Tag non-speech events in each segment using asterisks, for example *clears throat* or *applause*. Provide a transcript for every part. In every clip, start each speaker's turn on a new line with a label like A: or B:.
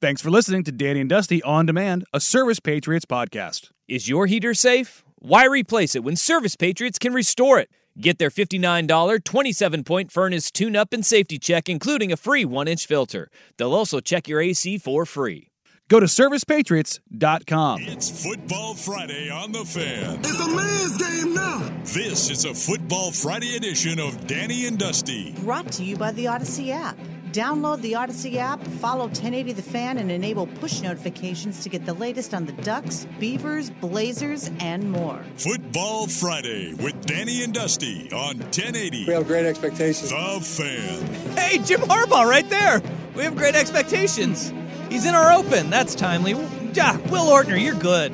A: Thanks for listening to Danny and Dusty On Demand, a Service Patriots podcast.
B: Is your heater safe? Why replace it when Service Patriots can restore it? Get their $59 27 point furnace tune up and safety check, including a free 1 inch filter. They'll also check your AC for free.
A: Go to servicepatriots.com.
C: It's Football Friday on the fan.
D: It's a man's game now.
C: This is a Football Friday edition of Danny and Dusty.
E: Brought to you by the Odyssey app. Download the Odyssey app, follow 1080 The Fan, and enable push notifications to get the latest on the Ducks, Beavers, Blazers, and more.
C: Football Friday with Danny and Dusty on 1080.
F: We have great expectations.
C: The Fan.
B: Hey, Jim Harbaugh right there. We have great expectations. He's in our open. That's timely. Ah, Will Ortner, you're good.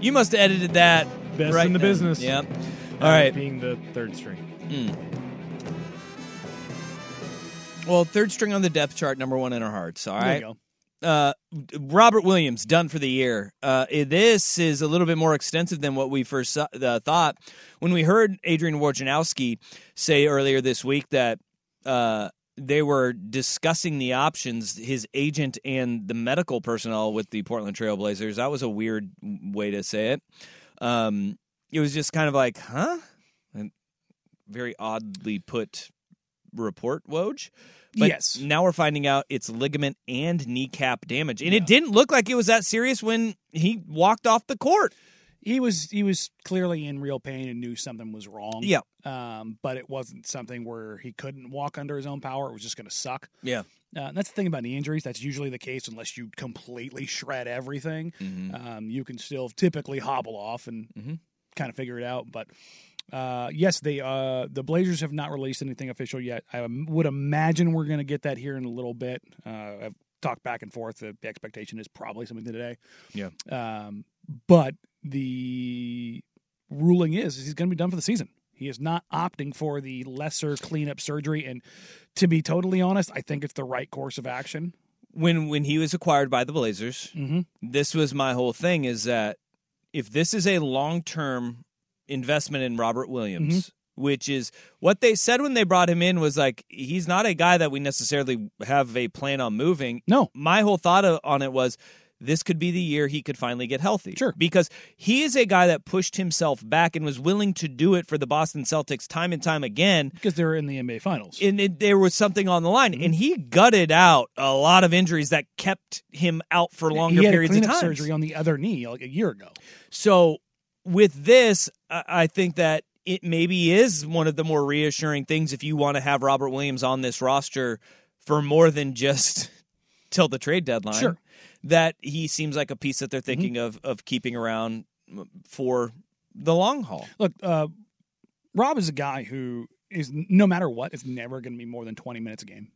B: You must have edited that.
G: Best
B: right
G: in the
B: now.
G: business.
B: Yep.
G: All
B: All right.
G: Being the third string.
B: Well, third string on the depth chart, number one in our hearts. All
G: There you
B: right.
G: go.
B: uh, Robert Williams done for the year. Uh, eh, this is a little bit more extensive than what we first saw- uh, thought when we heard Adrian Wojnarowski say earlier this week that uh, they were discussing the options, his agent and the medical personnel with the Portland Trailblazers. That was a weird way to say it. Um, it was just kind of like, huh? And very oddly put report, Woj. But
G: Yes.
B: now we're finding out it's ligament and kneecap damage. And it didn't look like it was that serious when he walked off the court.
G: He was he was clearly in real pain and knew something was wrong.
B: Yeah.
G: Um, but it wasn't something where he couldn't walk under his own power. It was just going to suck.
B: Yeah.
G: Uh, that's the thing about knee injuries. That's usually the case unless you completely shred everything. Um, you can still typically hobble off and
B: Mhm.
G: kind of figure it out. But uh, yes, they uh, the Blazers have not released anything official yet. I am- would imagine we're going to get that here in a little bit. Uh, I've talked back and forth. The the expectation is probably something today.
B: Yeah.
G: Um, but the ruling is, is he's going to be done for the season. He is not opting for the lesser cleanup surgery. And to be totally honest, I think it's the right course of action.
B: When when he was acquired by the Blazers,
G: Mm-hmm.
B: this was my whole thing is that if this is a long term investment in Robert Williams,
G: Mm-hmm.
B: which is what they said when they brought him in was like he's not a guy that we necessarily have a plan on moving.
G: No.
B: My whole thought o- on it was this could be the year he could finally get healthy.
G: Sure.
B: Because he is a guy that pushed himself back and was willing to do it for the Boston Celtics time and time again
G: Because they're in the NBA Finals.
B: and it, there was something on the line,
G: Mm-hmm.
B: and he gutted out a lot of injuries that kept him out for longer
G: he had
B: periods
G: a
B: of
G: cleanup
B: time.
G: surgery on the other knee like a year ago.
B: So with this, I I think that it maybe is one of the more reassuring things if you want to have Robert Williams on this roster for more than just *laughs* till the trade deadline.
G: Sure. Mm-hmm.
B: That he seems like a piece that they're thinking of of keeping around for the long haul.
G: Look, uh, Rob is a guy who is no matter what, it's never going to be more than twenty minutes a game.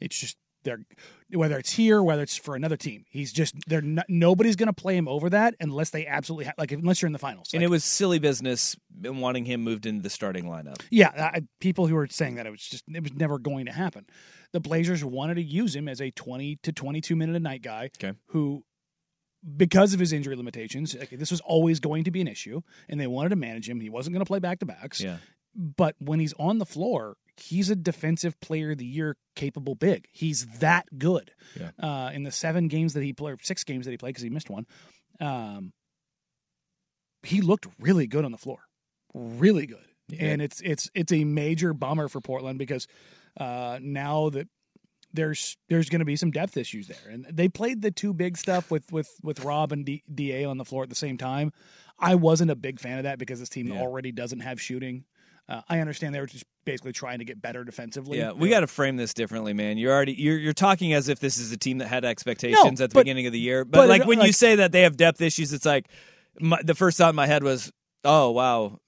G: It's just they're whether it's here, whether it's for another team. He's just they're not, nobody's going to play him over that unless they absolutely ha- like unless you're in the finals.
B: And
G: Like,
B: it was silly business in wanting him moved into the starting lineup.
G: yeah, I, people who are saying that it was just it was never going to happen. The Blazers wanted to use him as a twenty to twenty-two minute a night guy
B: Okay.
G: who. Because of his injury limitations, like, this was always going to be an issue, and they wanted to manage him. He wasn't going to play back to backs.
B: Yeah.
G: but when he's on the floor, he's a defensive player of the year capable big. He's that good.
B: Yeah.
G: Uh, in the seven games that he played, or six games that he played because he missed one, um, he looked really good on the floor, really good.
B: Yeah.
G: And it's it's it's a major bummer for Portland because uh, now that there's there's going to be some depth issues there. And they played the two big stuff with with with Rob and D- Da on the floor at the same time. I wasn't a big fan of that because this team
B: Yeah.
G: already doesn't have shooting. Uh, I understand they were just basically trying to get better defensively.
B: Yeah, we got to frame this differently, man. You're already you're you're talking as if this is a team that had expectations
G: No,
B: at the
G: but-
B: beginning of the year, but,
G: but
B: like
G: it-
B: when you
G: like-
B: say that they have depth issues, it's like my, the first thought in my head was, "Oh wow,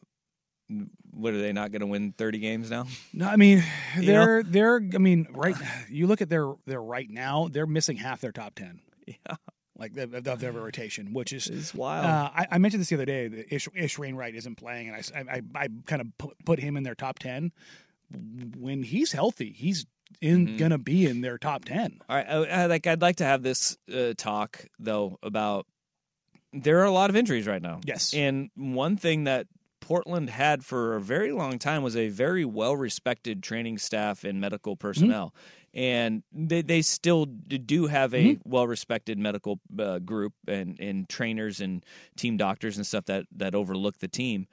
B: what are they not going to win 30 games now?"
G: No, I mean
B: You
G: they're they're I mean right. You look at their their right now. They're missing half their top ten.
B: Yeah.
G: Like of of their rotation, which is
B: It's wild.
G: Uh, I, I mentioned this the other day. That Ish, Ish Wainwright isn't playing, and I s- I, I, I kind of put, put him in their top ten. When he's healthy, he's in
B: Mm-hmm.
G: gonna be in their top ten.
B: All right, I, I, like I'd like to have this uh, talk though about there are a lot of injuries right now.
G: Yes.
B: and one thing that Portland had for a very long time was a very well respected training staff and medical personnel, and they they still d- do have a well respected medical uh, group and and trainers and team doctors and stuff that that overlook the team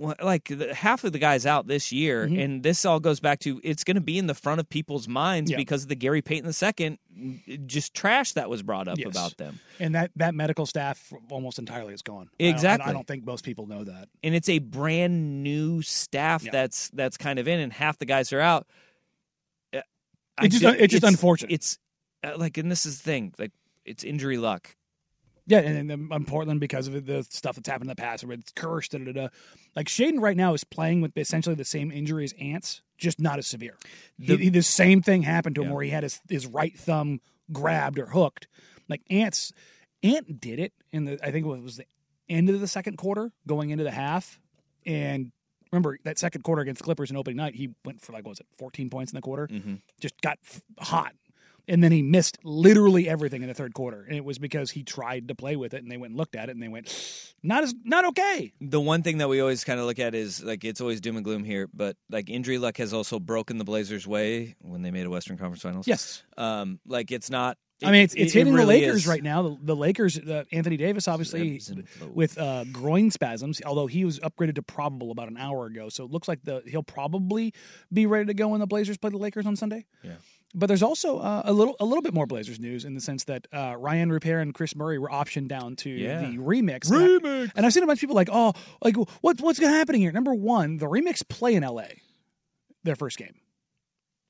B: wh- like the, half of the guys out this year,
G: Mm-hmm.
B: and this all goes back to it's going to be in the front of people's minds
G: Yeah.
B: because of the Gary Payton II mm, just trash that was brought up
G: Yes.
B: about them,
G: And that that medical staff almost entirely is gone. I don't- I don't- I
B: Exactly.
G: don't, think most people know that.
B: and it's a brand new staff
G: Yeah.
B: that's that's kind of in, and half the guys are out. Uh, I
G: It's just
B: ju-
G: un- it's just unfortunate.
B: It's uh, like, and this is the thing, like it's injury luck.
G: Yeah, and, and then um, on Portland because of the stuff that's happened in the past, where it's cursed. Da, da, da. Like Shaden right now is playing with essentially the same injury as Ants, just not as severe. The,
B: The-
G: he, the same thing happened to him
B: Yeah.
G: where he had his, his right thumb grabbed or hooked. Like Ants, Ant did it in the I think it was the end of the second quarter, going into the half, and. Remember that second quarter against Clippers in opening night, he went for like what was it, fourteen points in the quarter just got f- hot. And then he missed literally everything in the third quarter. And it was because he tried to play with it and they went and looked at it and they went, not as not okay.
B: The one thing that we always kind of look at is like it's always doom and gloom here, but like injury luck has also broken the Blazers' way when they made a Western Conference Finals.
G: Yes.
B: Um, like it's not.
G: I mean, it's,
B: it-
G: it's
B: it
G: hitting
B: really
G: the Lakers
B: is.
G: right now. The, the Lakers, uh, Anthony Davis, obviously,
B: Ebbs and flows.
G: with uh, groin spasms, although he was upgraded to probable about an hour ago. So it looks like the he'll probably be ready to go when the Blazers play the Lakers on Sunday.
B: Yeah.
G: But there's also uh, a little a little bit more Blazers news in the sense that uh, Ryan Repair and Chris Murray were optioned down to
B: Yeah.
G: the remix. And, I, and I've seen a bunch of people like, oh, like what what's happening here? Number one, the remix play in L.A. their first game,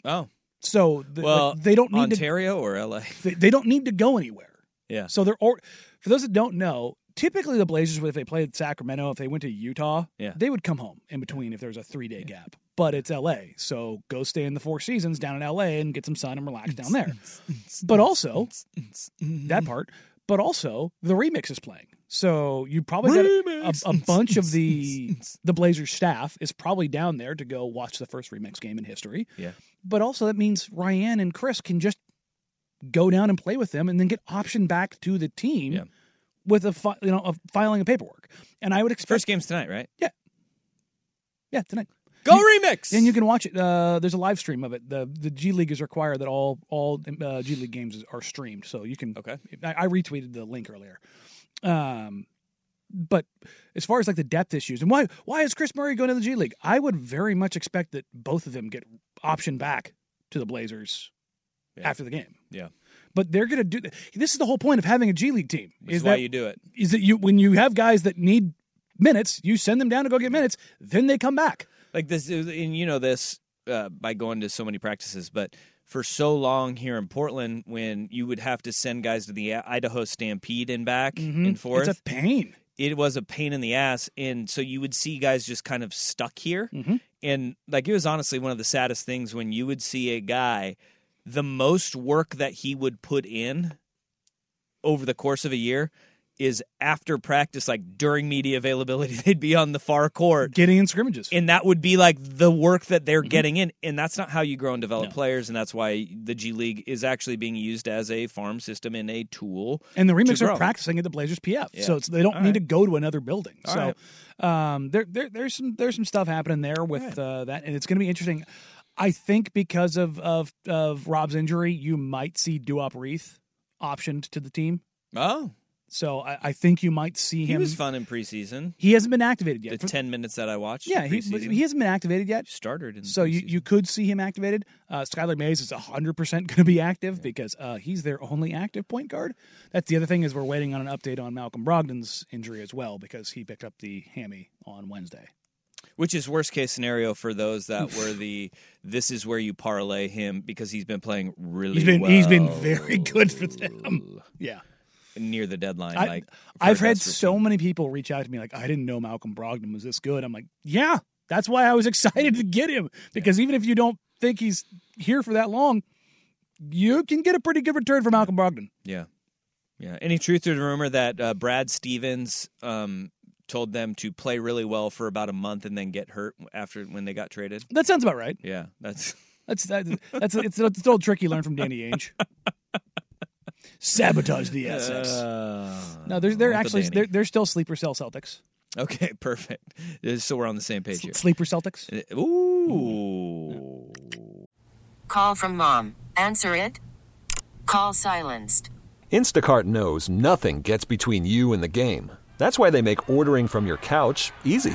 B: Oh,
G: so the,
B: well,
G: like, they don't need to
B: Ontario or LA.
G: *laughs* they, they don't need to go anywhere.
B: Yeah.
G: So they're or for those that don't know, typically the Blazers, if they played Sacramento, if they went to Utah,
B: Yeah.
G: they would come home in between if there was a three day gap. But it's L.A., so go stay in the Four Seasons down in L.A. and get some sun and relax down there. but also that part. But also the remix is playing, so you probably got a, a, a bunch of
B: *laughs*
G: the the Blazers staff is probably down there to go watch the first remix game in history.
B: Yeah.
G: But also that means Ryan and Chris can just go down and play with them and then get optioned back to the team
B: Yeah.
G: with a fi- you know a filing of paperwork. And I would expect
B: First game's tonight, right?
G: yeah tonight.
B: Go
G: You-
B: remix.
G: And you can watch it. Uh, there's a live stream of it. the The G League is required that all all uh, G League games are streamed, so you can.
B: Okay.
G: I, I retweeted the link earlier. Um, but as far as like the depth issues and why why is Chris Murray going to the G League? I would very much expect that both of them get optioned back to the Blazers
B: Yeah.
G: after the game.
B: Yeah.
G: But they're going to do this is the whole point of having a G League team.
B: Which is
G: that
B: why you do it.
G: is that you when you have guys that need minutes, you send them down to go get minutes, then they come back.
B: Like this, is- and you know this uh, by going to so many practices, but for so long here in Portland, when you would have to send guys to the Idaho Stampede and back
G: Mhm.
B: and forth,
G: It's a pain.
B: it was a pain in the ass. And so you would see guys just kind of stuck here.
G: Mhm.
B: And like it was honestly one of the saddest things when you would see a guy, the most work that he would put in over the course of a year is after practice, like during media availability, *laughs* they'd be on the far court.
G: Getting in scrimmages.
B: And that would be like the work that they're getting in. And that's not how you grow and develop
G: Mm-hmm. No.
B: players. And that's why the G League is actually being used as a farm system and a tool.
G: and the remix
B: to
G: are
B: grow.
G: practicing at the Blazers PF,
B: Yeah.
G: so it's, they don't
B: All
G: need
B: right.
G: to go to another building.
B: All
G: so um, there, there, there's some there's some stuff happening there with uh, that, and it's going to be interesting. I think because of of of Rob's injury, you might see Duop Reith optioned to the team.
B: Oh,
G: So I, I think you might see
B: He
G: him.
B: was fun in preseason.
G: He hasn't been activated
B: The
G: yet. For-
B: ten minutes that I watched.
G: yeah, he,
B: preseason,
G: he hasn't been activated yet.
B: started. In
G: So you,
B: preseason.
G: you could see him activated. Uh, Skylar Mays is 100% going to be active because uh, he's their only active point guard. That's the other thing is we're waiting on an update on Malcolm Brogdon's injury as well because he picked up the hammy on Wednesday.
B: which is worst case scenario for those that were the this is where you parlay him because he's been playing really.
G: He's been
B: well
G: he's been very good for them. Yeah.
B: near the deadline.
G: I,
B: like for
G: I've had
B: Vesper.
G: so many people reach out to me like, I didn't know Malcolm Brogdon was this good. I'm like, yeah, that's why I was *laughs* excited to get him because even if you don't think he's here for that long, you can get a pretty good return for Malcolm Brogdon.
B: Yeah, yeah. Any truth to the rumor that uh, Brad Stevens um, told them to play really well for about a month and then get hurt after when they got traded?
G: That sounds about right.
B: Yeah,
G: *laughs*
B: that's
G: That's that, that's it's, it's an old trick you learned from Danny Ainge. Sabotage the assets.
B: Uh,
G: no, they're they're
B: not the
G: actually
B: Danny.
G: they're, they're still sleeper cell Celtics.
B: okay. *laughs* Perfect. So we're on the
G: *laughs*
B: same page here.
G: Sleeper Celtics.
B: Uh, Ooh.
G: Mm-hmm.
H: Call from mom. Answer it. Call silenced.
I: Instacart knows nothing gets between you and the game. That's why they make ordering from your couch easy.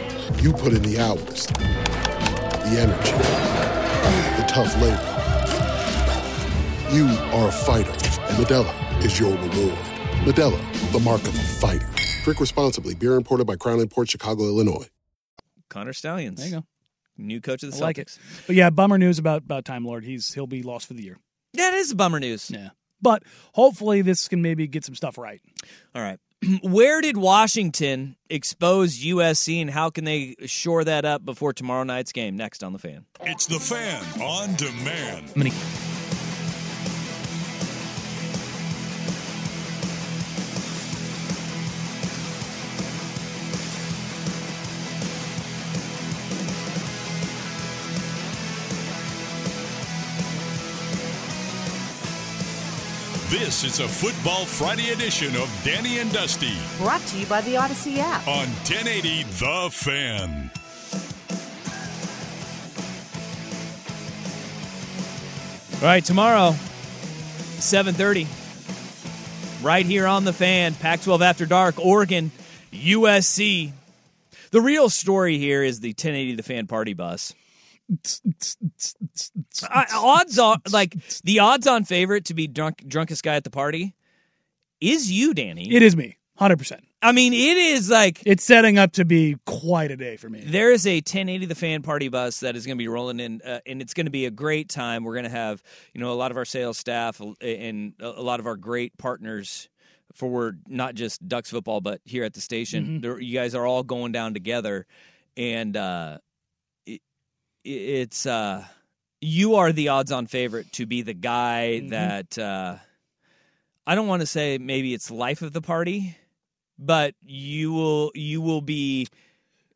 J: You put in the hours, the energy, the tough labor. You are a fighter, and Medella is your reward. Medella, the mark of a fighter. Drink responsibly. Beer imported by Crown Port Chicago, Illinois.
B: Connor Stallions.
G: There you go.
B: New coach of the
G: I
B: Celtics.
G: like it. But yeah, bummer news about about Time Lord. He's he'll be lost for the year.
B: That is bummer news.
G: Yeah. But hopefully this can maybe get some stuff right.
B: All right. *clears throat* Where did Washington expose USC and how can they shore that up before tomorrow night's game? Next on the fan.
C: It's the fan on demand. This is a Football Friday edition of Danny and Dusty
E: Brought to you by the Odyssey app.
C: on 1080 The Fan.
B: All right, tomorrow, 7:30. Right here on the fan, Pac-12 After Dark, Oregon, USC. The real story here is the 1080 The Fan Party Bus. I, odds are like the odds on favorite to be drunk drunkest guy at the party is you, Danny.
G: It is me. 100%.
B: I mean, it is like
G: It's setting up to be quite a day for me.
B: There is a 1080 the fan party bus that is going to be rolling in, uh, and it's going to be a great time. We're going to have you know a lot of our sales staff uh, and a a lot of our great partners for not just Ducks football, but here at the station.
G: Mhm.
B: There, you guys are all going down together, and uh, it, it's uh, you are the odds-on favorite to be the guy
G: Mhm.
B: that uh, I don't want to say maybe it's life of the party, but you will you will be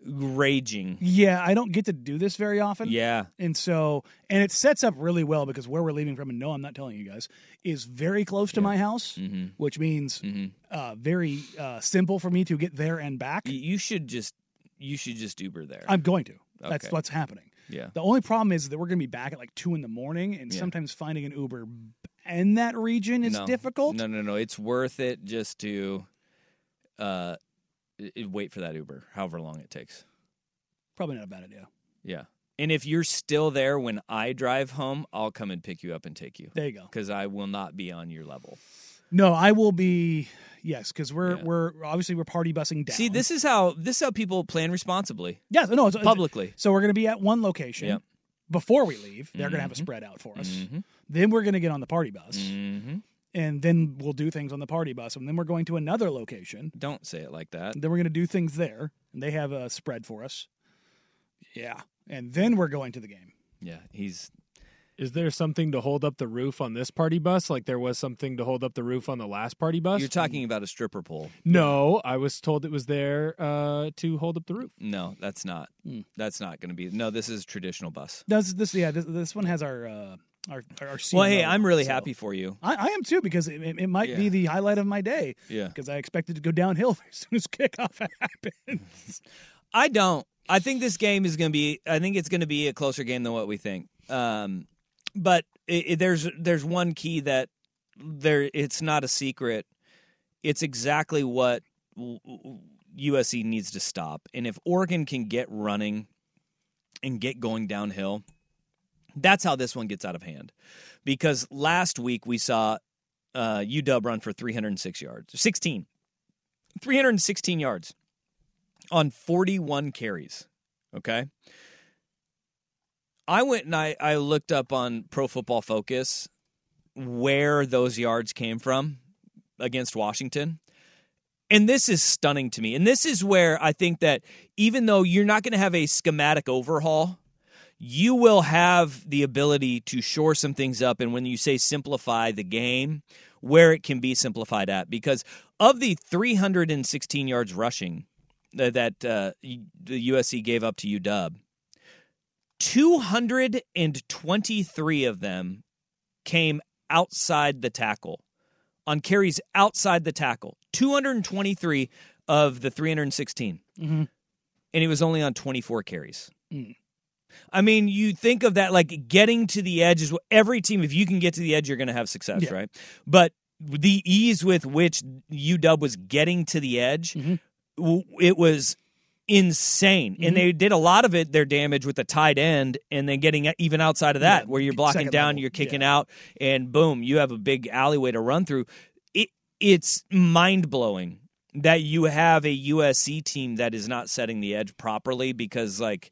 B: raging.
G: Yeah, I don't get to do this very often.
B: Yeah.
G: And so, and it sets up really well because where we're leaving from, and no, I'm not telling you guys, is very close to my house,
B: Mm-hmm.
G: which means uh, very uh, simple for me to get there and back.
B: You should just you should just Uber there.
G: I'm going to. That's
B: Okay.
G: what's happening. *laughs*
B: yeah.
G: The only problem is that we're going to be back at like two in the morning, and
B: Yeah.
G: sometimes finding an Uber in that region is
B: No.
G: difficult.
B: No, no, no. It's worth it just to uh i- i- wait for that Uber, however long it takes.
G: Probably not a bad idea.
B: Yeah. And if you're still there when I drive home, I'll come and pick you up and take you.
G: There you go.
B: Because I will not be on your level.
G: No, I will be. Yes, because we're we're obviously we're party busing down.
B: See, this is how this is how people plan responsibly.
G: Yes, no, it's, it's-
B: Publicly.
G: so we're going to be at one location.
B: Yep. Mm-hmm.
G: Before we leave, they're going to have a spread out for us. Then we're going to get on the party bus, and then we'll do things on the party bus, and then we're going to another location.
B: Don't say it like that.
G: Then we're going to do things there, and they have a spread for us. Yeah, and then we're going to the game.
B: Yeah, he's.
K: Is there something to hold up the roof on this party bus? Like there was something to hold up the roof on the last party bus?
B: You're talking about a stripper pole.
K: No, I was told it was there uh, to hold up the roof.
B: No, that's not.
G: Hmm.
B: That's not going to be. No, this is traditional bus.
G: This this yeah this, this one has our uh, our our. our
B: Well, hey,
G: CMO,
B: I'm really
G: so-
B: happy for you.
G: I, I am too because it, it, it might
B: Yeah.
G: be the highlight of my day.
B: Yeah.
G: Because I expected to go downhill *laughs* as soon as kickoff happens.
B: I don't. I think this game is going to be. I think it's going to be a closer game than what we think. Um, but it, it- there's there's one key that there. It's not a secret. It's exactly what w- w- USC needs to stop. And if Oregon can get running and get going downhill, that's how this one gets out of hand. Because last week we saw uh, UW run for 306 yards, 16, 316 yards on 41 carries. Okay. I went and I, I looked up on Pro Football Focus where those yards came from against Washington. And this is stunning to me. And this is where I think that even though you're not going to have a schematic overhaul, you will have the ability to shore some things up. And when you say simplify the game, where it can be simplified at, because of the 316 yards rushing tha- that uh, U- the USC gave up to UW, 223 of them came outside the tackle on carries outside the tackle. 223 of the 316.
G: Mhm.
B: And he was only on 24 carries.
G: Mm.
B: I mean, you think of that like getting to the edge is what every team, if you can get to the edge, you're going to have success,
G: Yeah.
B: right? But the ease with which UW was getting to the edge,
G: Mm-hmm.
B: w- it was insane. And
G: Mhm.
B: they did a lot of it, their damage with the tight end, and then getting e, even outside of that, where you're blocking
G: second
B: down,
G: level.
B: you're kicking out, and boom, you have a big alleyway to run through. It It's mind blowing that you have a USC team that is not setting the edge properly because, like,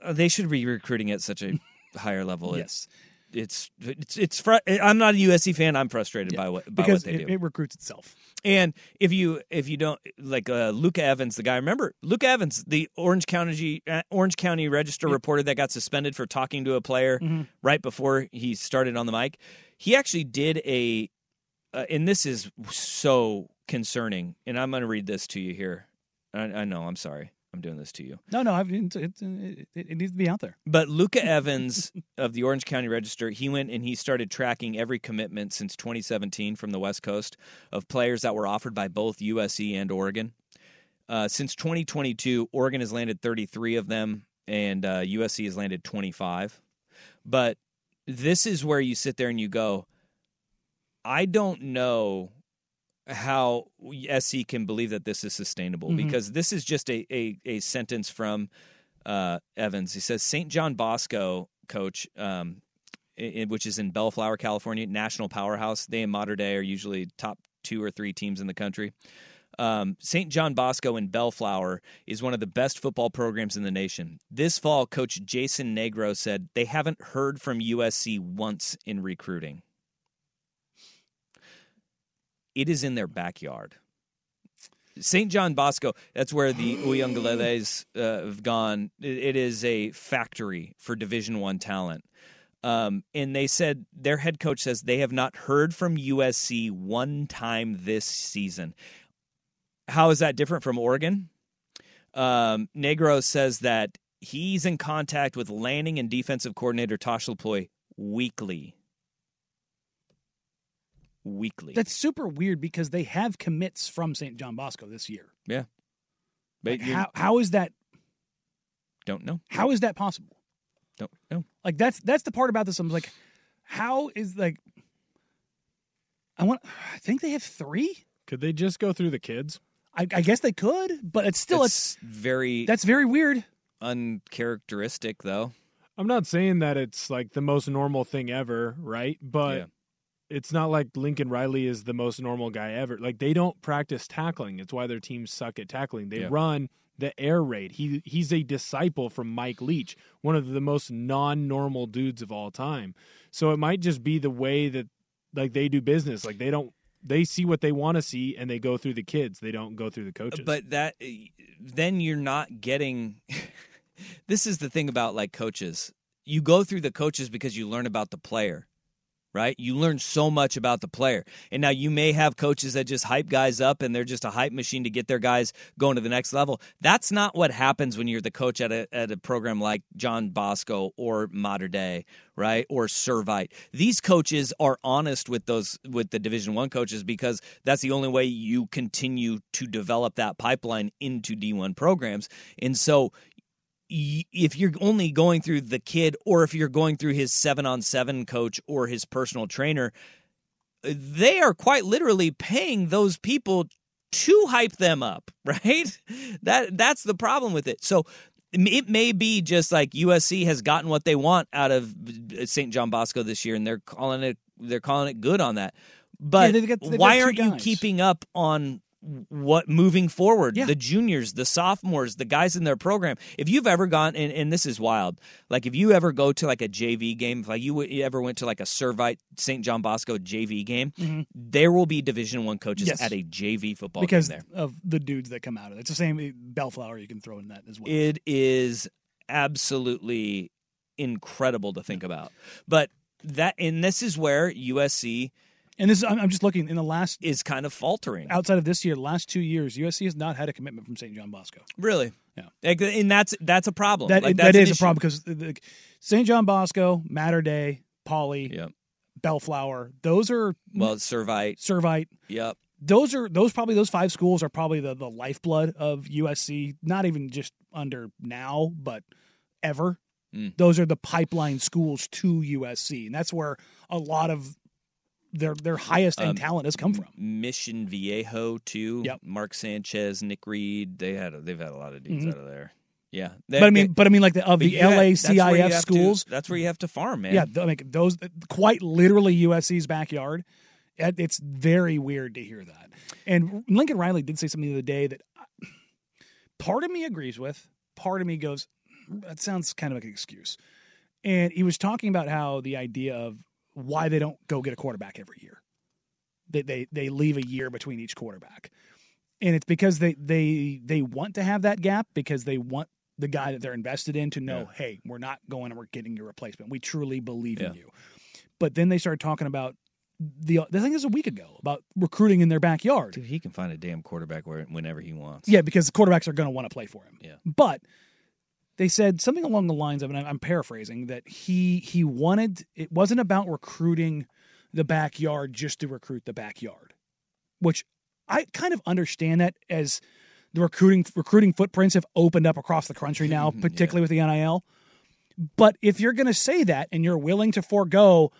B: uh, they should be recruiting
G: *laughs*
B: at such a higher level.
G: Yes.
B: It's it's it's, it's fr- eh, I'm not a USC fan. I'm frustrated by what by
G: because
B: what they
G: it,
B: do.
G: it recruits itself.
B: and if you if you don't like uh, Luca Evans, the guy, remember Luca Evans, the Orange County uh, Orange County Register reporter that got suspended for talking to a player
G: Mhm.
B: right before he started on the mic. He actually did a, uh, and this is so concerning. And I'm going to read this to you here. I, I know. I'm sorry. I'm doing this to you.
G: No, no, I've, it, it, it, it needs to be out there.
B: But Luca Evans of the Orange County Register, he went and he started tracking every commitment since 2017 from the West Coast of players that were offered by both USC and Oregon. Uh, since 2022, Oregon has landed 33 of them, and uh, USC has landed 25. But this is where you sit there and you go, I don't know how SC can believe that this is sustainable
G: Mhm.
B: because this is just a, a, a sentence from uh, Evans. He says St. John Bosco coach, um, i- i- which is in Bellflower, California, national powerhouse. They in modern day are usually top two or three teams in the country. Um, St. John Bosco in Bellflower is one of the best football programs in the nation. This fall, Coach Jason Negro said they haven't heard from USC once in recruiting. It is in their backyard. St. John Bosco, that's where the Uyunglele's uh, have gone. It- it is a factory for Division One talent. Um, and they said their head coach says they have not heard from USC one time this season. How is that different from Oregon? Um, Negro says that he's in contact with Lanning and defensive coordinator Tosh Laploy weekly. Weekly.
G: That's super weird because they have commits from St. John Bosco this year.
B: yeah. But
G: Like,
B: you
G: how how is that
B: don't know.
G: how is that possible?
B: Don't know.
G: Like that's that's the part about this. I'm like, how is like I want I think they have three.
K: Could they just go through the kids?
G: I, I guess they could, but it's still it's,
B: Very
G: that's very weird.
B: uncharacteristic, though.
K: I'm not saying that it's like the most normal thing ever, right? But
B: Yeah.
K: it's not like Lincoln Riley is the most normal guy ever. Like they don't practice tackling. It's why their teams suck at tackling. They
B: Yeah.
K: run the air raid. He he's a disciple from Mike Leach, one of the most non-normal dudes of all time. So it might just be the way that like they do business. Like they don't they see what they want to see and they go through the kids. They don't go through the coaches.
B: But that eh, then you're not getting. *laughs* this is the thing about like coaches. You go through the coaches because you learn about the player, right? You learn so much about the player. And now you may have coaches that just hype guys up and they're just a hype machine to get their guys going to the next level. That's not what happens when you're the coach at a, at a program like John Bosco or Mater Day, right? Or Servite. These coaches are honest with those with the Division 1 coaches because that's the only way you continue to develop that pipeline into D1 programs. And so y- if you're only going through the kid or if you're going through his seven on seven coach or his personal trainer, they are quite literally paying those people to hype them up, *laughs* right? That that's the problem with it. So it may be just like USC has gotten what they want out of St. John Bosco this year, and they're calling it they're calling it good on that. But
G: Yeah, they've got- they've got
B: why
G: two
B: aren't you
G: guys.
B: keeping up on what moving forward
G: Yeah.
B: the juniors the sophomores the guys in their program if you've ever gone and, and this is wild like if you ever go to like a jv game if like you, you ever went to like a servite st john bosco jv game
G: Mhm.
B: there will be division one coaches
G: Yes.
B: at a jv football
G: because
B: game there
G: of the dudes that come out of it. It's the same eh, bellflower you can throw in that as well.
B: it is absolutely incredible to think about but that and this is where usc
G: and this is, I'm, I'm just looking in the last
B: is kind of faltering
G: outside of this year, the last two years, USC has not had a commitment from St. John Bosco.
B: really yeah like, and that's that's a problem
G: That
B: like,
G: that
B: an
G: is a
B: issue.
G: problem because the- the- St. John Bosco, Matter Day, Polly, Bellflower, those are
B: well servite
G: Servite.
B: yep
G: Those are those probably those five schools are probably the the lifeblood of USC. Not even just under now, but ever.
B: Mm.
G: Those are the pipeline schools to USC, and that's where a lot of their their highest end
B: Um,
G: talent has come from.
B: Mission Viejo too.
G: Yep.
B: Mark Sanchez, Nick Reed. They had a, they've had a lot of dudes
G: Mhm.
B: out of there. Yeah,
G: But I mean- but I mean, like, the- of
B: but
G: the
B: you have- that's where you
G: LACIF
B: have to-
G: schools-
B: that's where you have to farm, man.
G: Yeah, th- like those quite literally USC's backyard. It- It's very weird to hear that. And Lincoln Riley did say something the other day that I- part of me agrees with, part of me goes, "Mm, that sounds kind of like an excuse. And he was talking about how the idea of why they don't go get a quarterback every year. They they they leave a year between each quarterback. And it's because they they they want to have that gap because they want the guy that they're invested in to know, hey, we're not going and we're getting your replacement. We truly believe in you. But then they started talking about the the thing is a week ago about recruiting in their backyard.
B: Dude, he can find a damn quarterback where, whenever he wants.
G: Yeah, because the quarterbacks are going to want to play for him.
B: Yeah.
G: But they said something along the lines of, and I'm- I'm paraphrasing, that he he wanted it wasn't about recruiting the backyard just to recruit the backyard, which I kind of understand that as the recruiting recruiting footprints have opened up across the country now, particularly with the NIL. But if you're going to say that and you're willing to forego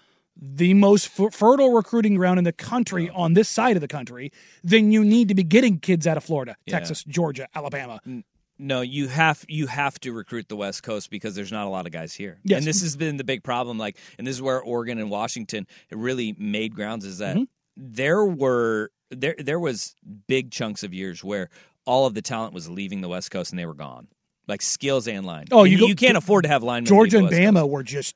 G: the most f- fertile recruiting ground in the country on this side of the country, then you need to be getting kids out of Florida,
B: Yeah.
G: Texas, Georgia, Alabama.
B: No, you have you have to recruit the West Coast because there's not a lot of guys here.
G: Yes.
B: And this has been the big problem. Like, and this is where Oregon and Washington really made grounds is that
G: Mhm.
B: there were there there was big chunks of years where all of the talent was leaving the West Coast and they were gone. Like skills and line.
G: Oh,
B: And
G: you go-
B: you can't afford to have linemen.
G: Georgia and
B: leave the West
G: Bama
B: Coast.
G: were just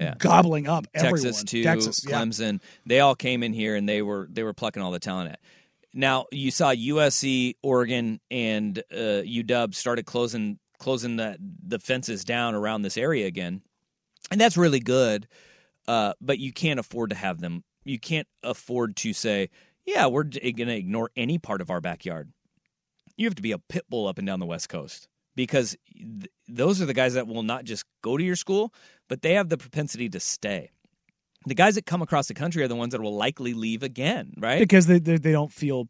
B: Yeah.
G: gobbling up everyone.
B: Texas too,
G: Texas, yeah.
B: Clemson. They all came in here and they were they were plucking all the talent at. Now you saw USC, Oregon, and uh, UW started closing closing the the fences down around this area again, and that's really good. Uh, but you can't afford to have them. You can't afford to say, "Yeah, we're going to ignore any part of our backyard." you have to be a pit bull up and down the West Coast because th- those are the guys that will not just go to your school, but they have the propensity to stay. The guys that come across the country are the ones that will likely leave again, right?
G: Because they, they, they don't feel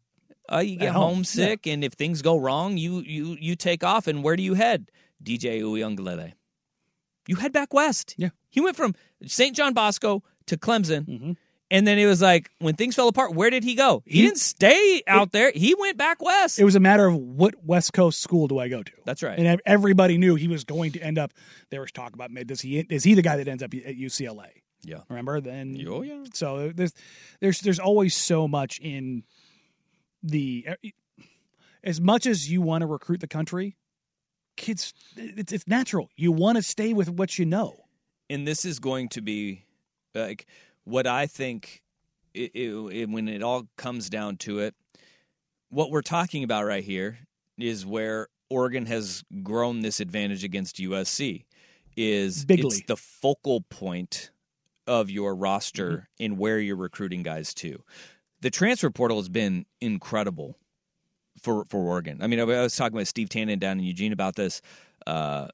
B: uh, you get
G: at home,
B: homesick, and if things go wrong, you you you take off, and where do you head? DJ Uyunglele. You head back west.
G: Yeah, Mm-hmm.
B: he went from St. John Bosco to Clemson, And then it was like when things fell apart, where did he go? He, didn't stay out there. He went back west.
G: It was a matter of what West Coast school do I go to?
B: That's right.
G: And ev- everybody knew he was going to end up. There was talk about does he is he the guy that ends up at UCLA?
B: Yeah.
G: Remember then?
B: Oh, yeah.
G: So there's there's there's always so much in the as much as you want to recruit the country, kids. It's it's natural. You want to stay with what you know.
B: and this is going to be like what I think it, it, it- when it all comes down to it. What we're talking about right here is where Oregon has grown this advantage against USC. Is
G: Bigly.
B: it's the focal point of your roster and where you're recruiting guys to. The transfer portal has been incredible for for Oregon. I mean, I was talking with Steve Tannen down in Eugene about this uh,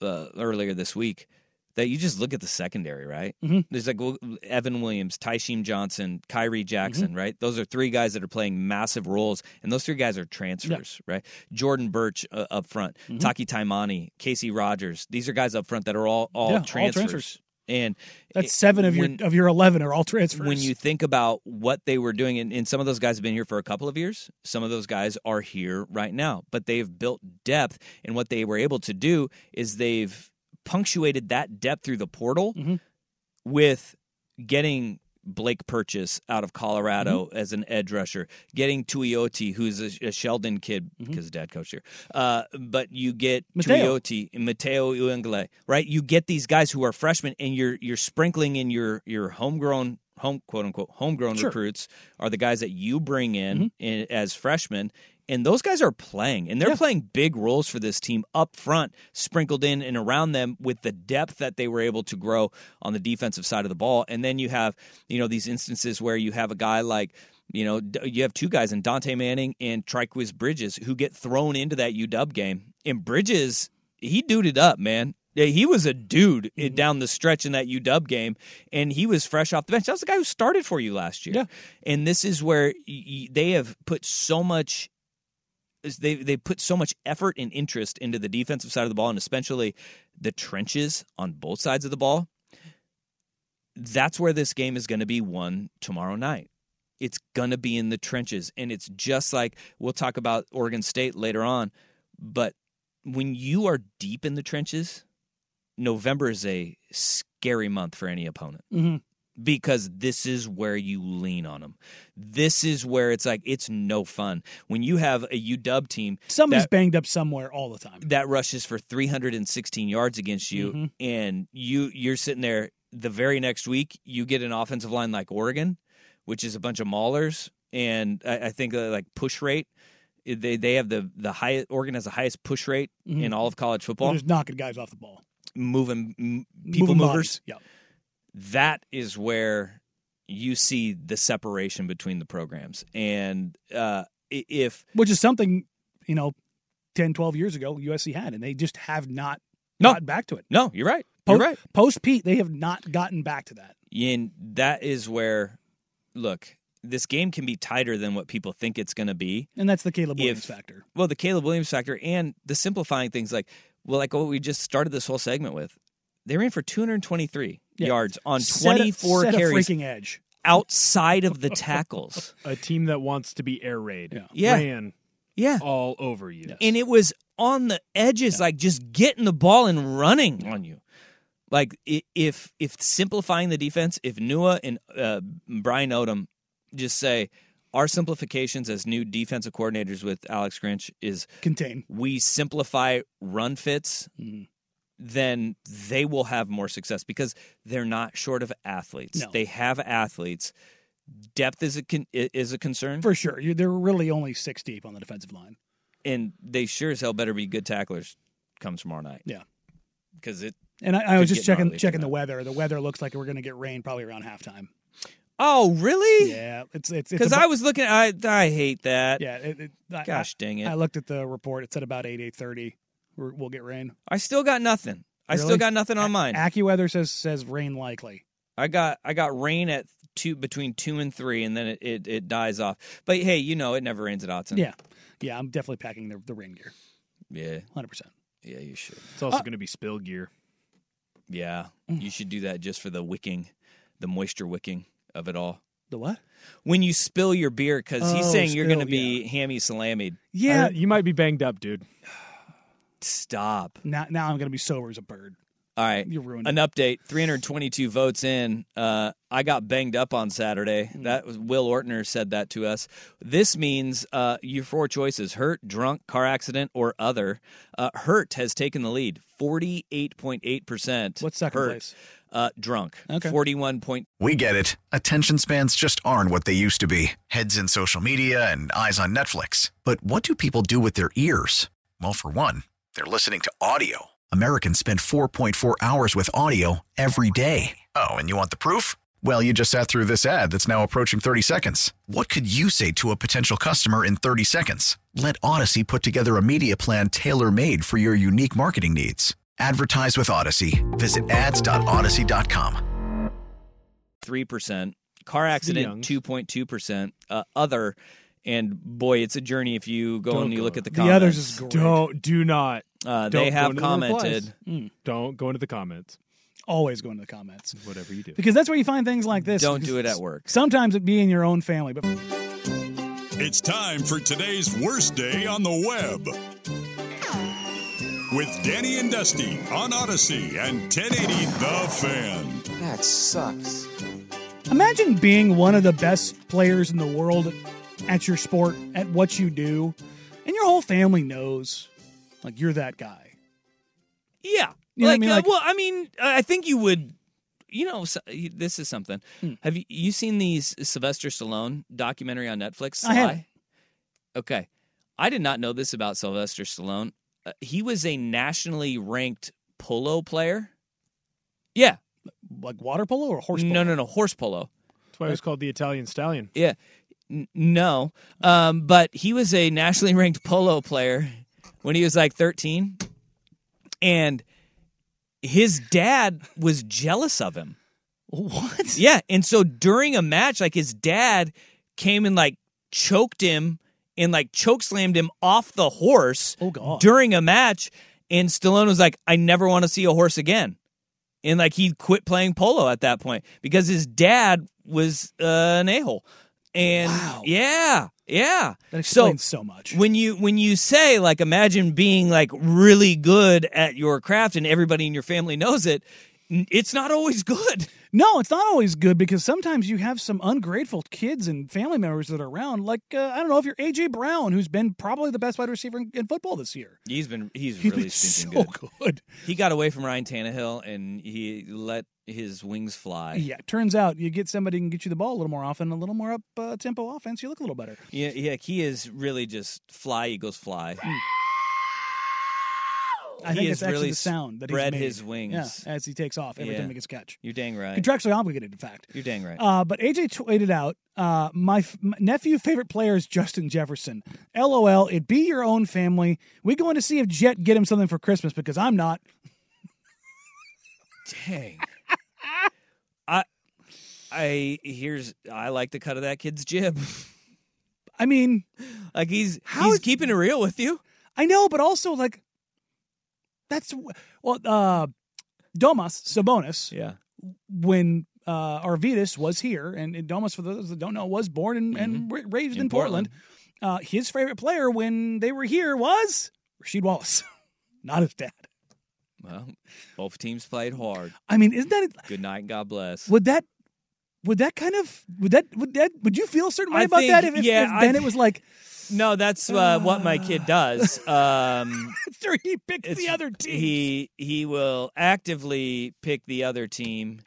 B: uh, earlier this week. That you just look at the secondary, right?
G: Mhm.
B: There's like well, Evan Williams, Tysheem Johnson, Kyrie
G: Mm-hmm.
B: Jackson, right? Those are three guys that are playing massive roles, and those three guys are transfers, right? Jordan Birch uh, up front,
G: Mhm.
B: Taki Taimani, Casey Rogers. These are guys up front that are all all
G: Yeah, all
B: transfers.
G: transfers.
B: And
G: That's
B: it-
G: seven of
B: when-
G: your of your eleven are all transfers.
B: when you think about what they were doing, and, and some of those guys have been here for a couple of years, some of those guys are here right now, but they've built depth. And what they were able to do is they've punctuated that depth through the portal
G: Mm-hmm.
B: with getting Blake Purchase out of Colorado
G: Mm-hmm.
B: as an edge rusher, getting Tuioti, who's a, a Sheldon kid because dad coached here. Uh, but you get
G: Mm-hmm. Mateo.
B: Tuioti and Mateo Uingle, right? You get these guys who are freshmen, and you're you're sprinkling in your your homegrown home quote unquote homegrown
G: Sure.
B: recruits are the guys that you bring in, in as freshmen. And those guys are playing, and they're playing big roles for this team up front, sprinkled in and around them with the depth that they were able to grow on the defensive side of the ball. And then you have, you know, these instances where you have a guy like, you know, D- you have two guys in Dante Manning and Triquiz Bridges who get thrown into that UW game. And Bridges, he duded up, man. Yeah, He was a dude eh, down the stretch in that UW game, and he was fresh off the bench. That was the guy who started for you last year. And this is where y- y- they have put so much is they they put so much effort and interest into the defensive side of the ball and especially the trenches on both sides of the ball. That's where this game is going to be won tomorrow night. It's going to be in the trenches and it's just like we'll talk about Oregon State later on, but when you are deep in the trenches, November is a scary month for any opponent
G: Mhm.
B: because this is where you lean on them. This is where it's like it's no fun when you have a UW team
G: somebody's
B: that,
G: banged up somewhere all the time.
B: that rushes for 316 yards against you,
G: Mhm.
B: and you you're sitting there. The very next week, you get an offensive line like Oregon, which is a bunch of maulers, and I, I think uh, like push rate. eh, They they have the the highest Oregon has the highest push rate
G: Mhm.
B: in all of college
G: They're
B: football.
G: just knocking guys off the ball.
B: Moving m- people
G: Moving bodies.
B: movers
G: Yep.
B: that is where you see the separation between the programs. And uh, i- if
G: Which is something, you know, 10, 12 years ago USC had, and they just have not
B: No.
G: gotten back to it.
B: no, you're right.
G: Post,
B: you're right.
G: Post Pete, they have not gotten back to that.
B: And that is where, look, this game can be tighter than what people think it's going to be.
G: And that's the Caleb Williams
B: If-
G: factor.
B: Well, the Caleb Williams factor and the simplifying things like, well, like what we just started this whole segment with. They ran for 223
G: Yeah.
B: yards on
G: Set a-
B: 24
G: set a
B: carries
G: freaking edge.
B: outside of the tackles.
K: *laughs* A team that wants to be air raid
B: Yeah.
K: ran
B: Yeah.
K: all over you.
B: and it was on the edges, like just getting the ball and running on you. Like i- if if simplifying the defense, if Nua and uh, Brian Odom just say our simplifications as new defensive coordinators with Alex Grinch is
G: Contain.
B: we simplify run fits,
G: Mm-hmm.
B: then they will have more success because they're not short of athletes.
G: No.
B: They have athletes. Depth is a con- i- is a concern,
G: For sure. You, they're really only six deep on the defensive line.
B: and they sure as hell better be good tacklers come tomorrow night.
G: Yeah.
B: because it.
G: And I, I was
B: could
G: just
B: get
G: checking
B: gnarly if
G: checking the
B: they're not.
G: weather. The weather looks like we're going to get rain probably around
B: *laughs*
G: halftime.
B: Oh, really?
G: Yeah, it's it's
B: Because I was looking. I I hate that.
G: yeah. It, it, I- I,
B: Gosh dang it!
G: I
B: I,
G: looked at the report. It said about eight eight thirty. We'll get rain.
B: still got nothing. I still
G: Really?
B: got nothing on mine.
G: AccuWeather says says rain likely.
B: I got I got rain at two between two and three, and then it, it, it dies off. But hey, you know it never rains at Otson.
G: Yeah, yeah. I'm definitely packing the, the rain gear.
B: yeah,
G: Hundred percent.
B: yeah. You should.
K: It's also
G: Uh, mm.
K: going to be spill gear.
B: Yeah, you should do that just for the wicking, the moisture wicking. of it all.
G: The what?
B: When you spill your beer, because he's
G: Oh,
B: saying you're going to
G: spill,
B: be hammy salamied.
G: Yeah.
K: you might be banged up, dude.
B: Stop.
G: Now, now I'm gonna be sober as a bird.
B: All right.
G: You ruined
B: An update 322 votes in. Uh, I got banged up on Saturday.
G: Mm.
B: That was Will Ortner said that to us. This means uh, your four choices hurt, drunk, car accident, or other. Uh, hurt has taken the lead 48.8%. What's
G: second
B: hurt,
G: place?
B: Uh, drunk.
G: Okay.
B: 41 point.
L: We get it. Attention spans just aren't what they used to be heads in social media and eyes on Netflix. But what do people do with their ears? Well, for one, they're listening to audio. Americans spend 4.4 hours with audio every day. Oh, and you want the proof? Well, you just sat through this ad that's now approaching 30 seconds. What could you say to a potential customer in 30 seconds? Let Odyssey put together a media plan tailor made for your unique marketing needs. Advertise with Odyssey. Visit ads.odyssey.com.
B: three percent. Car accident
L: Youngs.
B: two point two percent. uh, Other, and boy, it's a journey if you go
K: Don't
B: and you
K: go.
B: look at the
K: The
B: comments.
K: others is great. Don't-
B: do not. Uh,
K: Don't
B: they
K: go
B: have
K: into the replies.
B: commented.
K: Don't go into the comments.
G: Always go into the comments.
K: Whatever you do.
G: Because that's where you find things like this.
C: Don't do it at work.
G: Sometimes it be in your own family, but
C: It's time for today's worst day on the web. With Danny and Dusty on Odyssey and 1080 The Fan. That sucks.
G: Imagine being one of the best players in the world at your sport, at what you do, and your whole family knows, like you're that guy.
B: Yeah.
G: You know what I
B: like,
G: mean?
B: uh,
G: Like-
B: well, I mean, I I think you would. You know, so- this is something. Have you you seen these Sylvester Stallone documentary on Netflix?
G: I haven't.
B: Sly? Okay, I did not know this about Sylvester Stallone. Uh, he was a nationally ranked polo player. Yeah,
G: like water polo or horse.
B: No, no, no, horse polo.
K: That's why it was called the Italian Stallion.
B: Yeah. N- no. Um, but he was a nationally ranked polo player when he was like 13. And his dad was jealous of him.
G: What?
B: Yeah. And so during a match, like his dad came and like choked him and like choke slammed him off the horse oh,
G: God.
B: during a match. And Stallone was like, I never want to see a horse again. And like he quit playing polo at that point because his dad was uh, an a hole. And yeah, yeah.
G: That explains so much.
B: When you when you say like imagine being like really good at your craft and everybody in your family knows it, n- it's not always good.
G: No, it's not always good because sometimes you have some ungrateful kids and family members that are around. Like uh, I don't know if you're AJ Brown, who's been probably the best wide receiver in, in football this year.
B: He's been he's
G: He's
B: really
G: been
B: stinking
G: so
B: good.
G: good.
B: He got away from Ryan Tannehill and he let his wings fly.
G: Yeah, turns out you get somebody who can get you the ball a little more often, a little more up uh, tempo offense. You look a little better.
B: Yeah, yeah, he is really just fly eagles fly.
G: Mm. I
B: He
G: think
B: has
G: it's actually
B: really
G: the sound that
B: spread
G: he's made.
B: his wings.
G: yeah, as he takes off every
B: Yeah.
G: time he gets a catch.
B: You're dang right.
G: Contractually obligated, in fact.
B: You're dang right.
G: Uh, but AJ tweeted out, uh, my, f- my nephew favorite player is Justin Jefferson. LOL, it be your own family. We going to see if Jet get him something for Christmas because I'm not. *laughs*
B: Dang. I I here's I like the cut of that kid's jib. *laughs*
G: I mean,
B: like he's he's keeping it real with you.
G: I know, but also like that's well, uh, Domas Sabonis.
B: Yeah.
G: When uh, Arvidas was here, and, and Domas, for those that don't know, was born and, and ra- raised in,
B: Mm-hmm. In
G: Portland.
B: Portland.
G: Uh, his favorite player when they were here was Rasheed Wallace, *laughs* not his dad.
B: Well, both teams played hard.
G: I mean, isn't that
B: Good night and God bless.
G: would that would that kind of would that would that would you feel a certain way
B: I
G: about
B: think-
G: that if, if,
B: yeah,
G: if
B: I
G: then
B: th-
G: it was *laughs* like
B: No, that's uh, what my
G: *laughs*
B: kid does. Um,
G: he picked the
B: it's-
G: other team?
B: He he will actively pick the other team,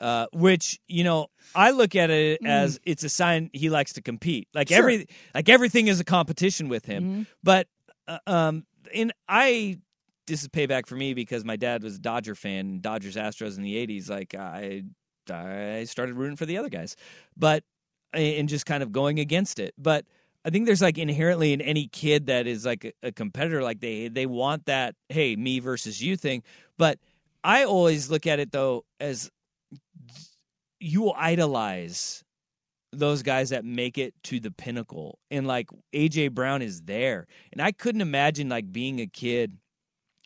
B: uh, which you know I look
G: *laughs*
B: at
G: Hmm.
B: it as it's a sign he likes to compete. Like
G: Sure.
B: every like everything is a competition with him.
G: Mhm.
B: But uh, um, and I this is payback for me because my dad was a Dodger fan, Dodgers Astros in the '80s. Like I I started rooting for the other guys, but and just kind of going against it, but. I think there's like inherently in any kid that is like a, a competitor, like they they want that hey me versus you thing. But I always look at it though as you will idolize those guys that make it to the pinnacle, and like AJ Brown is there, and I couldn't imagine like being a kid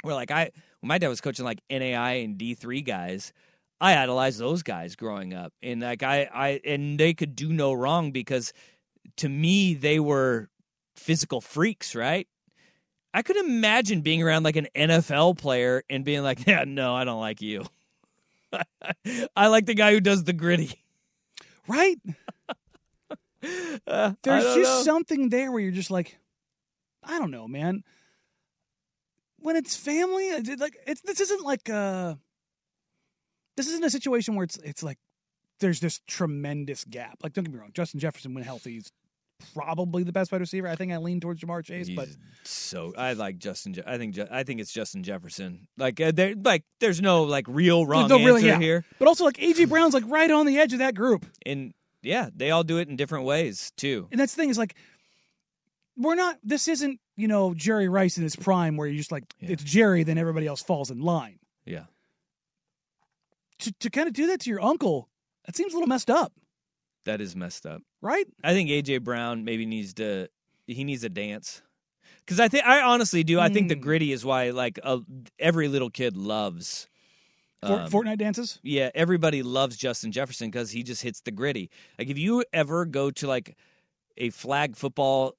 B: where like I when my dad was coaching like NAI and D three guys. I idolized those guys growing up, and like I, I, and they could do no wrong because to me they were physical freaks, right? I could imagine being around like an NFL player and being like, *laughs* "Yeah, no, I don't like you. *laughs* I like the guy who does the gritty." *laughs*
G: Right?
B: Uh, I
G: There's
B: don't
G: just
B: know.
G: something there where you're just like, I don't know, man. When it's family, I did, like it's this isn't like uh this isn't a situation where it's it's like there's this tremendous gap. Like don't get me wrong, Justin Jefferson when healthy is probably the best wide receiver. I think I lean towards Jamar Chase, but
B: He's so I like Justin. Je- I think Je- I think it's Justin Jefferson. Like uh, there, like there's no like real wrong
G: no,
B: answer
G: really, yeah.
B: here,
G: But also like AJ Brown's like right on the edge of that group.
B: and yeah, they all do it in different ways too.
G: And that's the thing is like, we're not. This isn't you know Jerry Rice in his prime where you just like it's Jerry, then everybody else falls in line.
B: Yeah,
G: To to kind of do that to your uncle, that seems a little messed up,
B: that is messed up.
G: right?
B: I think AJ Brown maybe needs to he needs a dance because I think I honestly do. I
G: Mm.
B: think the gritty is why like uh, every little kid loves.
G: For,
B: um,
G: Fortnite dances.
B: Yeah, everybody loves Justin Jefferson because he just hits the gritty. Like if you ever go to like a flag football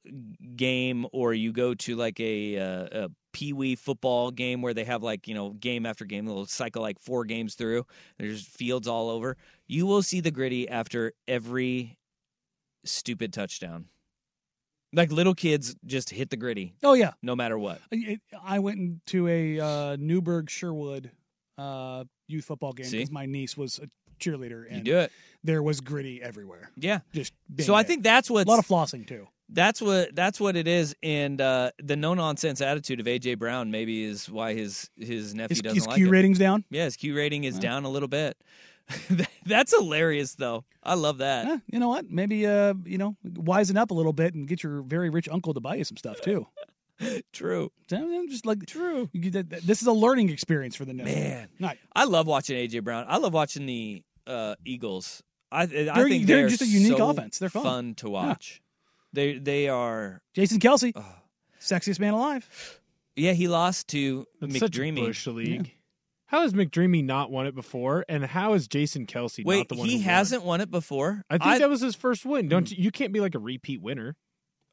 B: game or you go to like a, uh, a pee-wee football game where they have like you know game after game they'll cycle like four games through there's fields all over you will see the gritty after every stupid touchdown like little kids just hit the gritty
G: Oh yeah,
B: no matter what
G: I, it- I went into a uh, Newburgh Sherwood uh, youth football game
B: See?
G: because my niece was a cheerleader, and
B: do it.
G: there was gritty everywhere.
B: yeah
G: Just
B: so i think that's
G: a
B: what's
G: lot of flossing too.
B: That's what that's what it is, and uh, the no nonsense attitude of AJ Brown maybe is why his his nephew
G: His,
B: doesn't
G: his
B: like
G: Q
B: it.
G: ratings down.
B: Yeah, his Q rating is down a little bit. *laughs* that's hilarious, though. I love that.
G: Eh, you know what? Maybe uh, you know, wisen up a little bit and get your very rich uncle to buy you some stuff
B: *laughs*
G: too.
B: *laughs* True.
G: So, you know, Just like true. This is a learning experience for the new
B: Man.
G: Not,
B: I love watching AJ Brown. I love watching the uh, Eagles. I, I think
G: They're- they're just a unique
B: so
G: offense. They're fun.
B: to
G: Yeah.
B: watch. They they are.
G: Jason Kelsey, sexiest man alive.
B: Yeah, he lost to
K: That's such
B: McDreamy.
K: Bush League. How has McDreamy not won it before, and how is Jason Kelsey not
B: Wait,
K: the one
B: he
K: who won?
B: hasn't won it before.
K: I think that was his first win.
G: Hmm.
K: Don't you? You can't be like a repeat winner.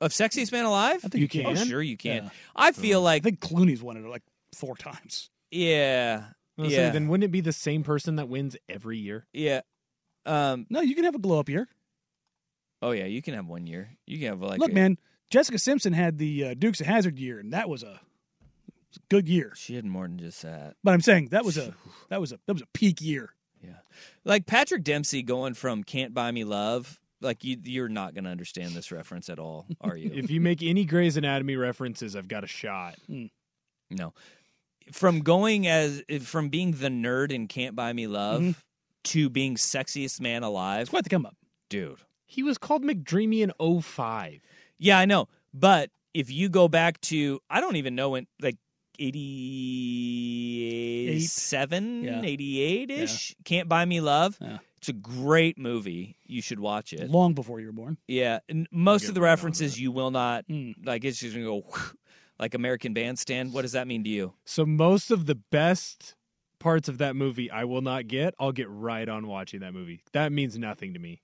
B: of Sexiest Man Alive.
G: I think
K: You
B: Oh,
K: can.
B: sure you can.
G: Yeah.
B: I feel like
G: I think Clooney's won it like four times.
B: Yeah.
K: Well, so
B: yeah.
K: then wouldn't it be the same person that wins every year?
B: yeah. Um.
G: No, you can have a glow up year.
B: Oh yeah. You can have one year. You can have like.
G: Look,
B: a-
G: man, Jessica Simpson had the uh, Dukes of Hazard year, and that was a was a good year.
B: She had more than just that.
G: But I'm saying that was a that was a that was a peak year.
B: Like Patrick Dempsey going from "Can't Buy Me Love." Like you, you're not gonna understand this reference at all, are you?
K: *laughs* If you make any Grey's Anatomy references, I've got a shot.
G: Hmm.
B: no. From going as from being the nerd in "Can't Buy Me Love"
K: Mhm.
B: to being sexiest man alive,
G: It's quite the come up.
B: dude.
K: He was called McDreamy in 05.
B: Yeah, I know. But if you go back to, I don't even know when, like 87,
G: Yeah.
B: 88 ish, Can't Buy Me Love.
G: Yeah.
B: It's a great movie. You should watch it.
G: Long before you were born.
B: Yeah. And most of the references you will not,
G: Hmm.
B: like, it's just going to go *laughs* like American Bandstand. What does that mean to you?
K: So most of the best parts of that movie I will not get. I'll get right on watching that movie. That means nothing to me.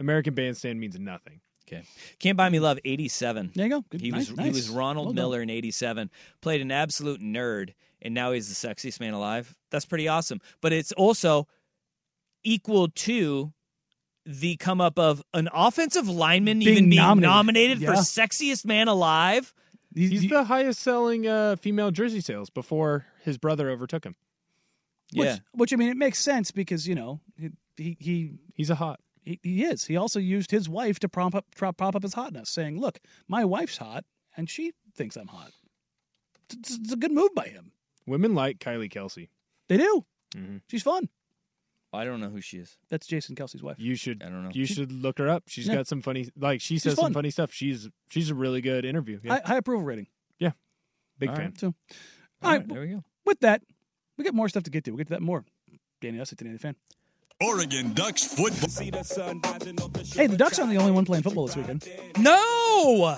K: American Bandstand means nothing.
B: Okay. Can't Buy Me Love, 87.
G: There you go. Good.
B: He
G: nice,
B: was he
G: nice.
B: was Ronald
G: Well done.
B: Miller in '87. Played an absolute nerd, and now he's the sexiest man alive. That's pretty awesome. But it's also equal to the come up of an offensive lineman
G: Being
B: even being
G: nominated.
B: nominated, for
G: Yeah.
B: sexiest man alive.
K: He's the highest selling uh, female jersey sales before his brother overtook him.
G: Which,
B: yeah,
G: which I mean, it makes sense because you know he he he,
K: He's a hot.
G: he, he is. He also used his wife to prop up prop, prop up his hotness, saying, "Look, my wife's hot, and she thinks I'm hot." It's, it's a good move by him.
K: Women like Kylie Kelsey.
G: They do.
B: Mm-hmm.
K: Mhm.
G: She's fun.
B: I don't know who she is.
G: That's Jason Kelsey's wife.
K: You should.
B: I don't know.
K: You
G: She-
K: should look her up. She's
G: Yeah.
K: got some funny. Like she says some
G: fun.
K: funny stuff. She's she's a really good interview. Yeah,
G: High, high approval rating.
K: big fan.
B: all right.
G: So, all
B: All
G: right.
B: right, there we go.
G: With that, we got more stuff to get to. We'll get to that more. Danny Dusty, Danny the Fan.
C: Oregon Ducks football.
G: Hey, the Ducks aren't the only one playing football this weekend.
B: No,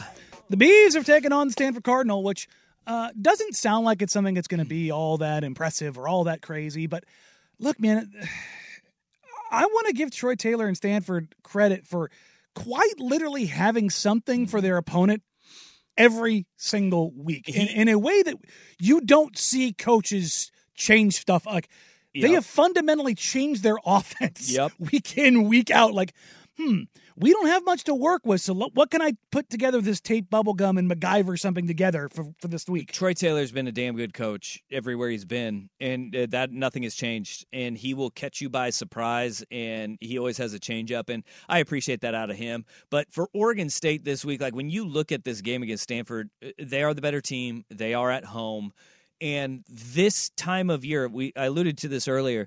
G: The Bees have taken on the Stanford Cardinal, which uh, doesn't sound like it's something that's going to be all that impressive or all that crazy, but look, man, *sighs* I want to give Troy Taylor and Stanford credit for quite literally having something for their opponent every single week in, in a way that you don't see coaches change stuff like they
B: Yep.
G: have fundamentally changed their *laughs* offense week in week out like hmm we don't have much to work with so lo- what can i put together this tape bubblegum and macgyver something together for, for this week
B: Troy Taylor's been a damn good coach everywhere he's been, and uh, that nothing has changed. And he will catch you by surprise, and he always has a change up. And I appreciate that out of him. But for Oregon State this week, like when you look at this game against Stanford, uh, they are the better team. They are at home, and this time of year, we I alluded to this earlier.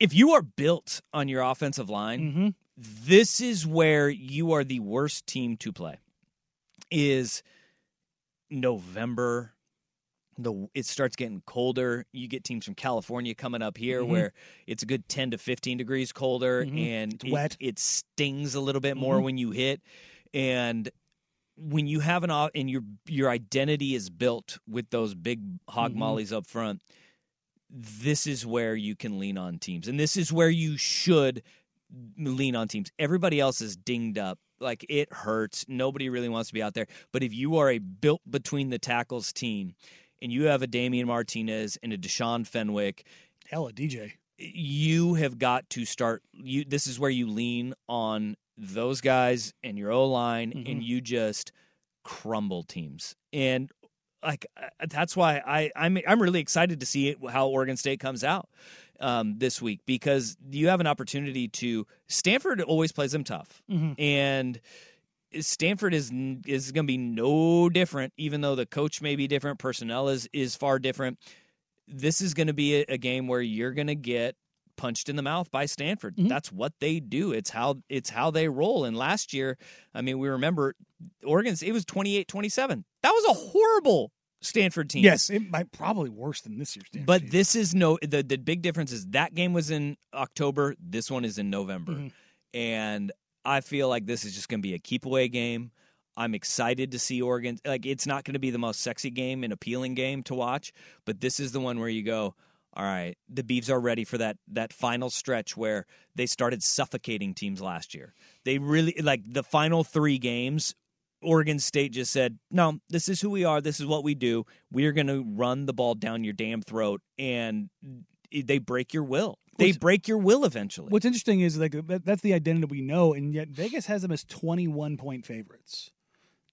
B: If you are built on your offensive line,
G: Mhm.
B: this is where you are the worst team to play. Is November. The it starts getting colder. You get teams from California coming up here
G: Mhm.
B: where it's a good ten to fifteen degrees colder
G: Mhm.
B: and
G: It's wet.
B: It, it stings a little bit more
G: Mhm.
B: when you hit, and when you have an au- and your your identity is built with those big hog
G: Mhm.
B: mollies up front. This is where you can lean on teams, and this is where you should lean on teams. Everybody else is dinged up. Like it hurts. Nobody really wants to be out there. But if you are a built between the tackles team and you have a Damian Martinez and a Deshaun Fenwick,
G: hell a dj
B: you have got to start you this is where you lean on those guys and your O-line and
G: Mhm.
B: you just crumble teams. And like uh, that's why I I'm I'm really excited to see it, how Oregon State comes out um, this week because you have an opportunity to Stanford always plays them tough
G: Mhm.
B: and Stanford is n- is going to be no different even though the coach may be different personnel is is far different this is going to be a, a game where you're going to get punched in the mouth by Stanford.
G: Mm-hmm.
B: That's what they do. It's how it's how they roll. And last year, I mean, we remember Oregon's it was 28-27. That was a horrible Stanford team.
G: yes it might probably worse than this year's team
B: But this is no the the big difference is that game was in October, this one is in November.
G: Mhm.
B: And I feel like this is just going to be a keep away game. I'm excited to see Oregon. Like it's not going to be the most sexy game and appealing game to watch, but this is the one where you go, all right, the Beavs are ready for that that final stretch where they started suffocating teams last year. They really like the final 3 games Oregon State just said, "No, this is who we are. This is what we do. We are going to run the ball down your damn throat, and they break your will. They
G: Which-
B: break your will eventually."
G: What's interesting is like that, that's the identity we know, and yet Vegas has them as twenty-one point favorites.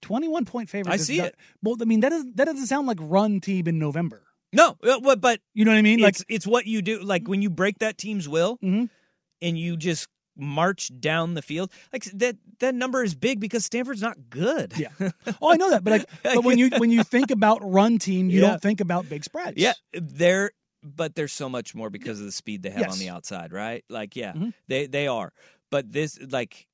G: Twenty-one point favorites.
B: I
G: is
B: see
G: not-
B: it.
G: Well, I mean that doesn't that doesn't sound like run team in November.
B: no, uh, but, but
G: you know what I mean. Like Mm-hmm.
B: it's it's what you do. Like when you break that team's will, and you just march down the field. Like that that number is big because Stanford's not good.
G: Yeah. oh, I know that, but
B: *laughs*
G: like, but when you when you think about run team, you
B: Yeah.
G: don't think about big spreads.
B: Yeah, they're but there's so much more because of the speed they have on
G: Yes.
B: the outside, right? Like, yeah,
G: Mhm.
B: they they are, but this like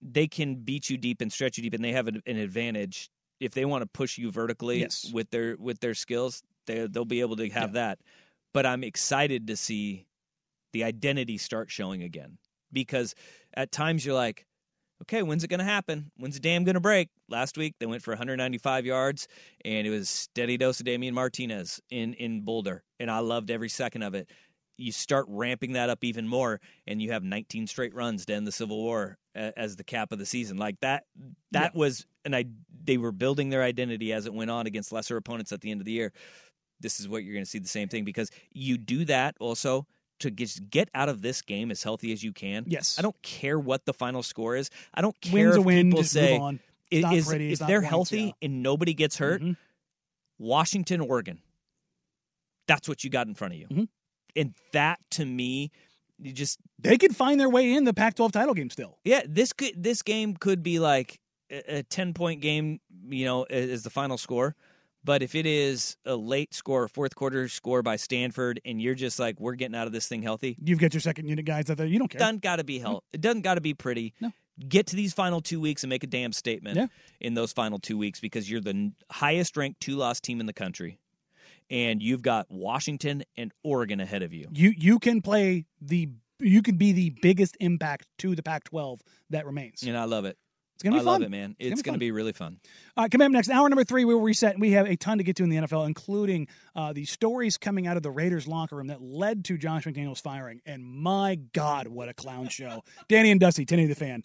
B: they can beat you deep and stretch you deep, and they have an, an advantage if they want to push you vertically
G: Yes.
B: with their with their skills. They they'll be able to have that. But I'm excited to see the identity start showing again because at times you're like. Okay, when's it going to happen? When's the dam going to break? Last week they went for 195 yards, and it was steady dose of Damian Martinez in in Boulder, and I loved every second of it. You start ramping that up even more, and you have 19 straight runs to end the Civil War a- as the cap of the season. Like that, that was and I they were building their identity as it went on against lesser opponents at the end of the year. This is what you're going to see the same thing because you do that also to just get out of this game as healthy as you can.
G: Yes.
B: I don't care what the final score is. I don't care
G: Win's
B: if
G: a win,
B: people
G: just move
B: say
G: on.
B: i-
G: It's not
B: is-
G: pretty,
B: if
G: it's not
B: they're
G: points,
B: healthy
G: yeah. Mm-hmm.
B: and nobody gets hurt, Washington, Oregon. That's what you got in front of you. And that to me, you just
G: they could find their way in the Pac-12 title game still.
B: yeah, this could this game could be like a, a ten point game, you know, i- is the final score. But if it is a late score, fourth quarter score by Stanford, and you're just like, we're getting out of this thing healthy,
G: You've got your second unit guys out there. You don't care.
B: doesn't got to be hell. It doesn't got to be pretty. No. Get to these final two weeks and make a damn statement
G: Yeah.
B: in those final two weeks because you're the n- highest ranked two loss team in the country, and you've got Washington and Oregon ahead of you.
G: You you can play the you can be the biggest impact to the Pac-12 that remains.
B: And I love it.
G: It's gonna be
B: I
G: fun.
B: love it, man. It's, gonna,
G: fun.
B: be, really fun.
G: All right, coming up next, hour number three, we will reset. and We have a ton to get to in the NFL, including uh, the stories coming out of the Raiders locker room that led to Josh McDaniel's firing. And my God, what a clown show! Danny and Dusty, Tinny the fan.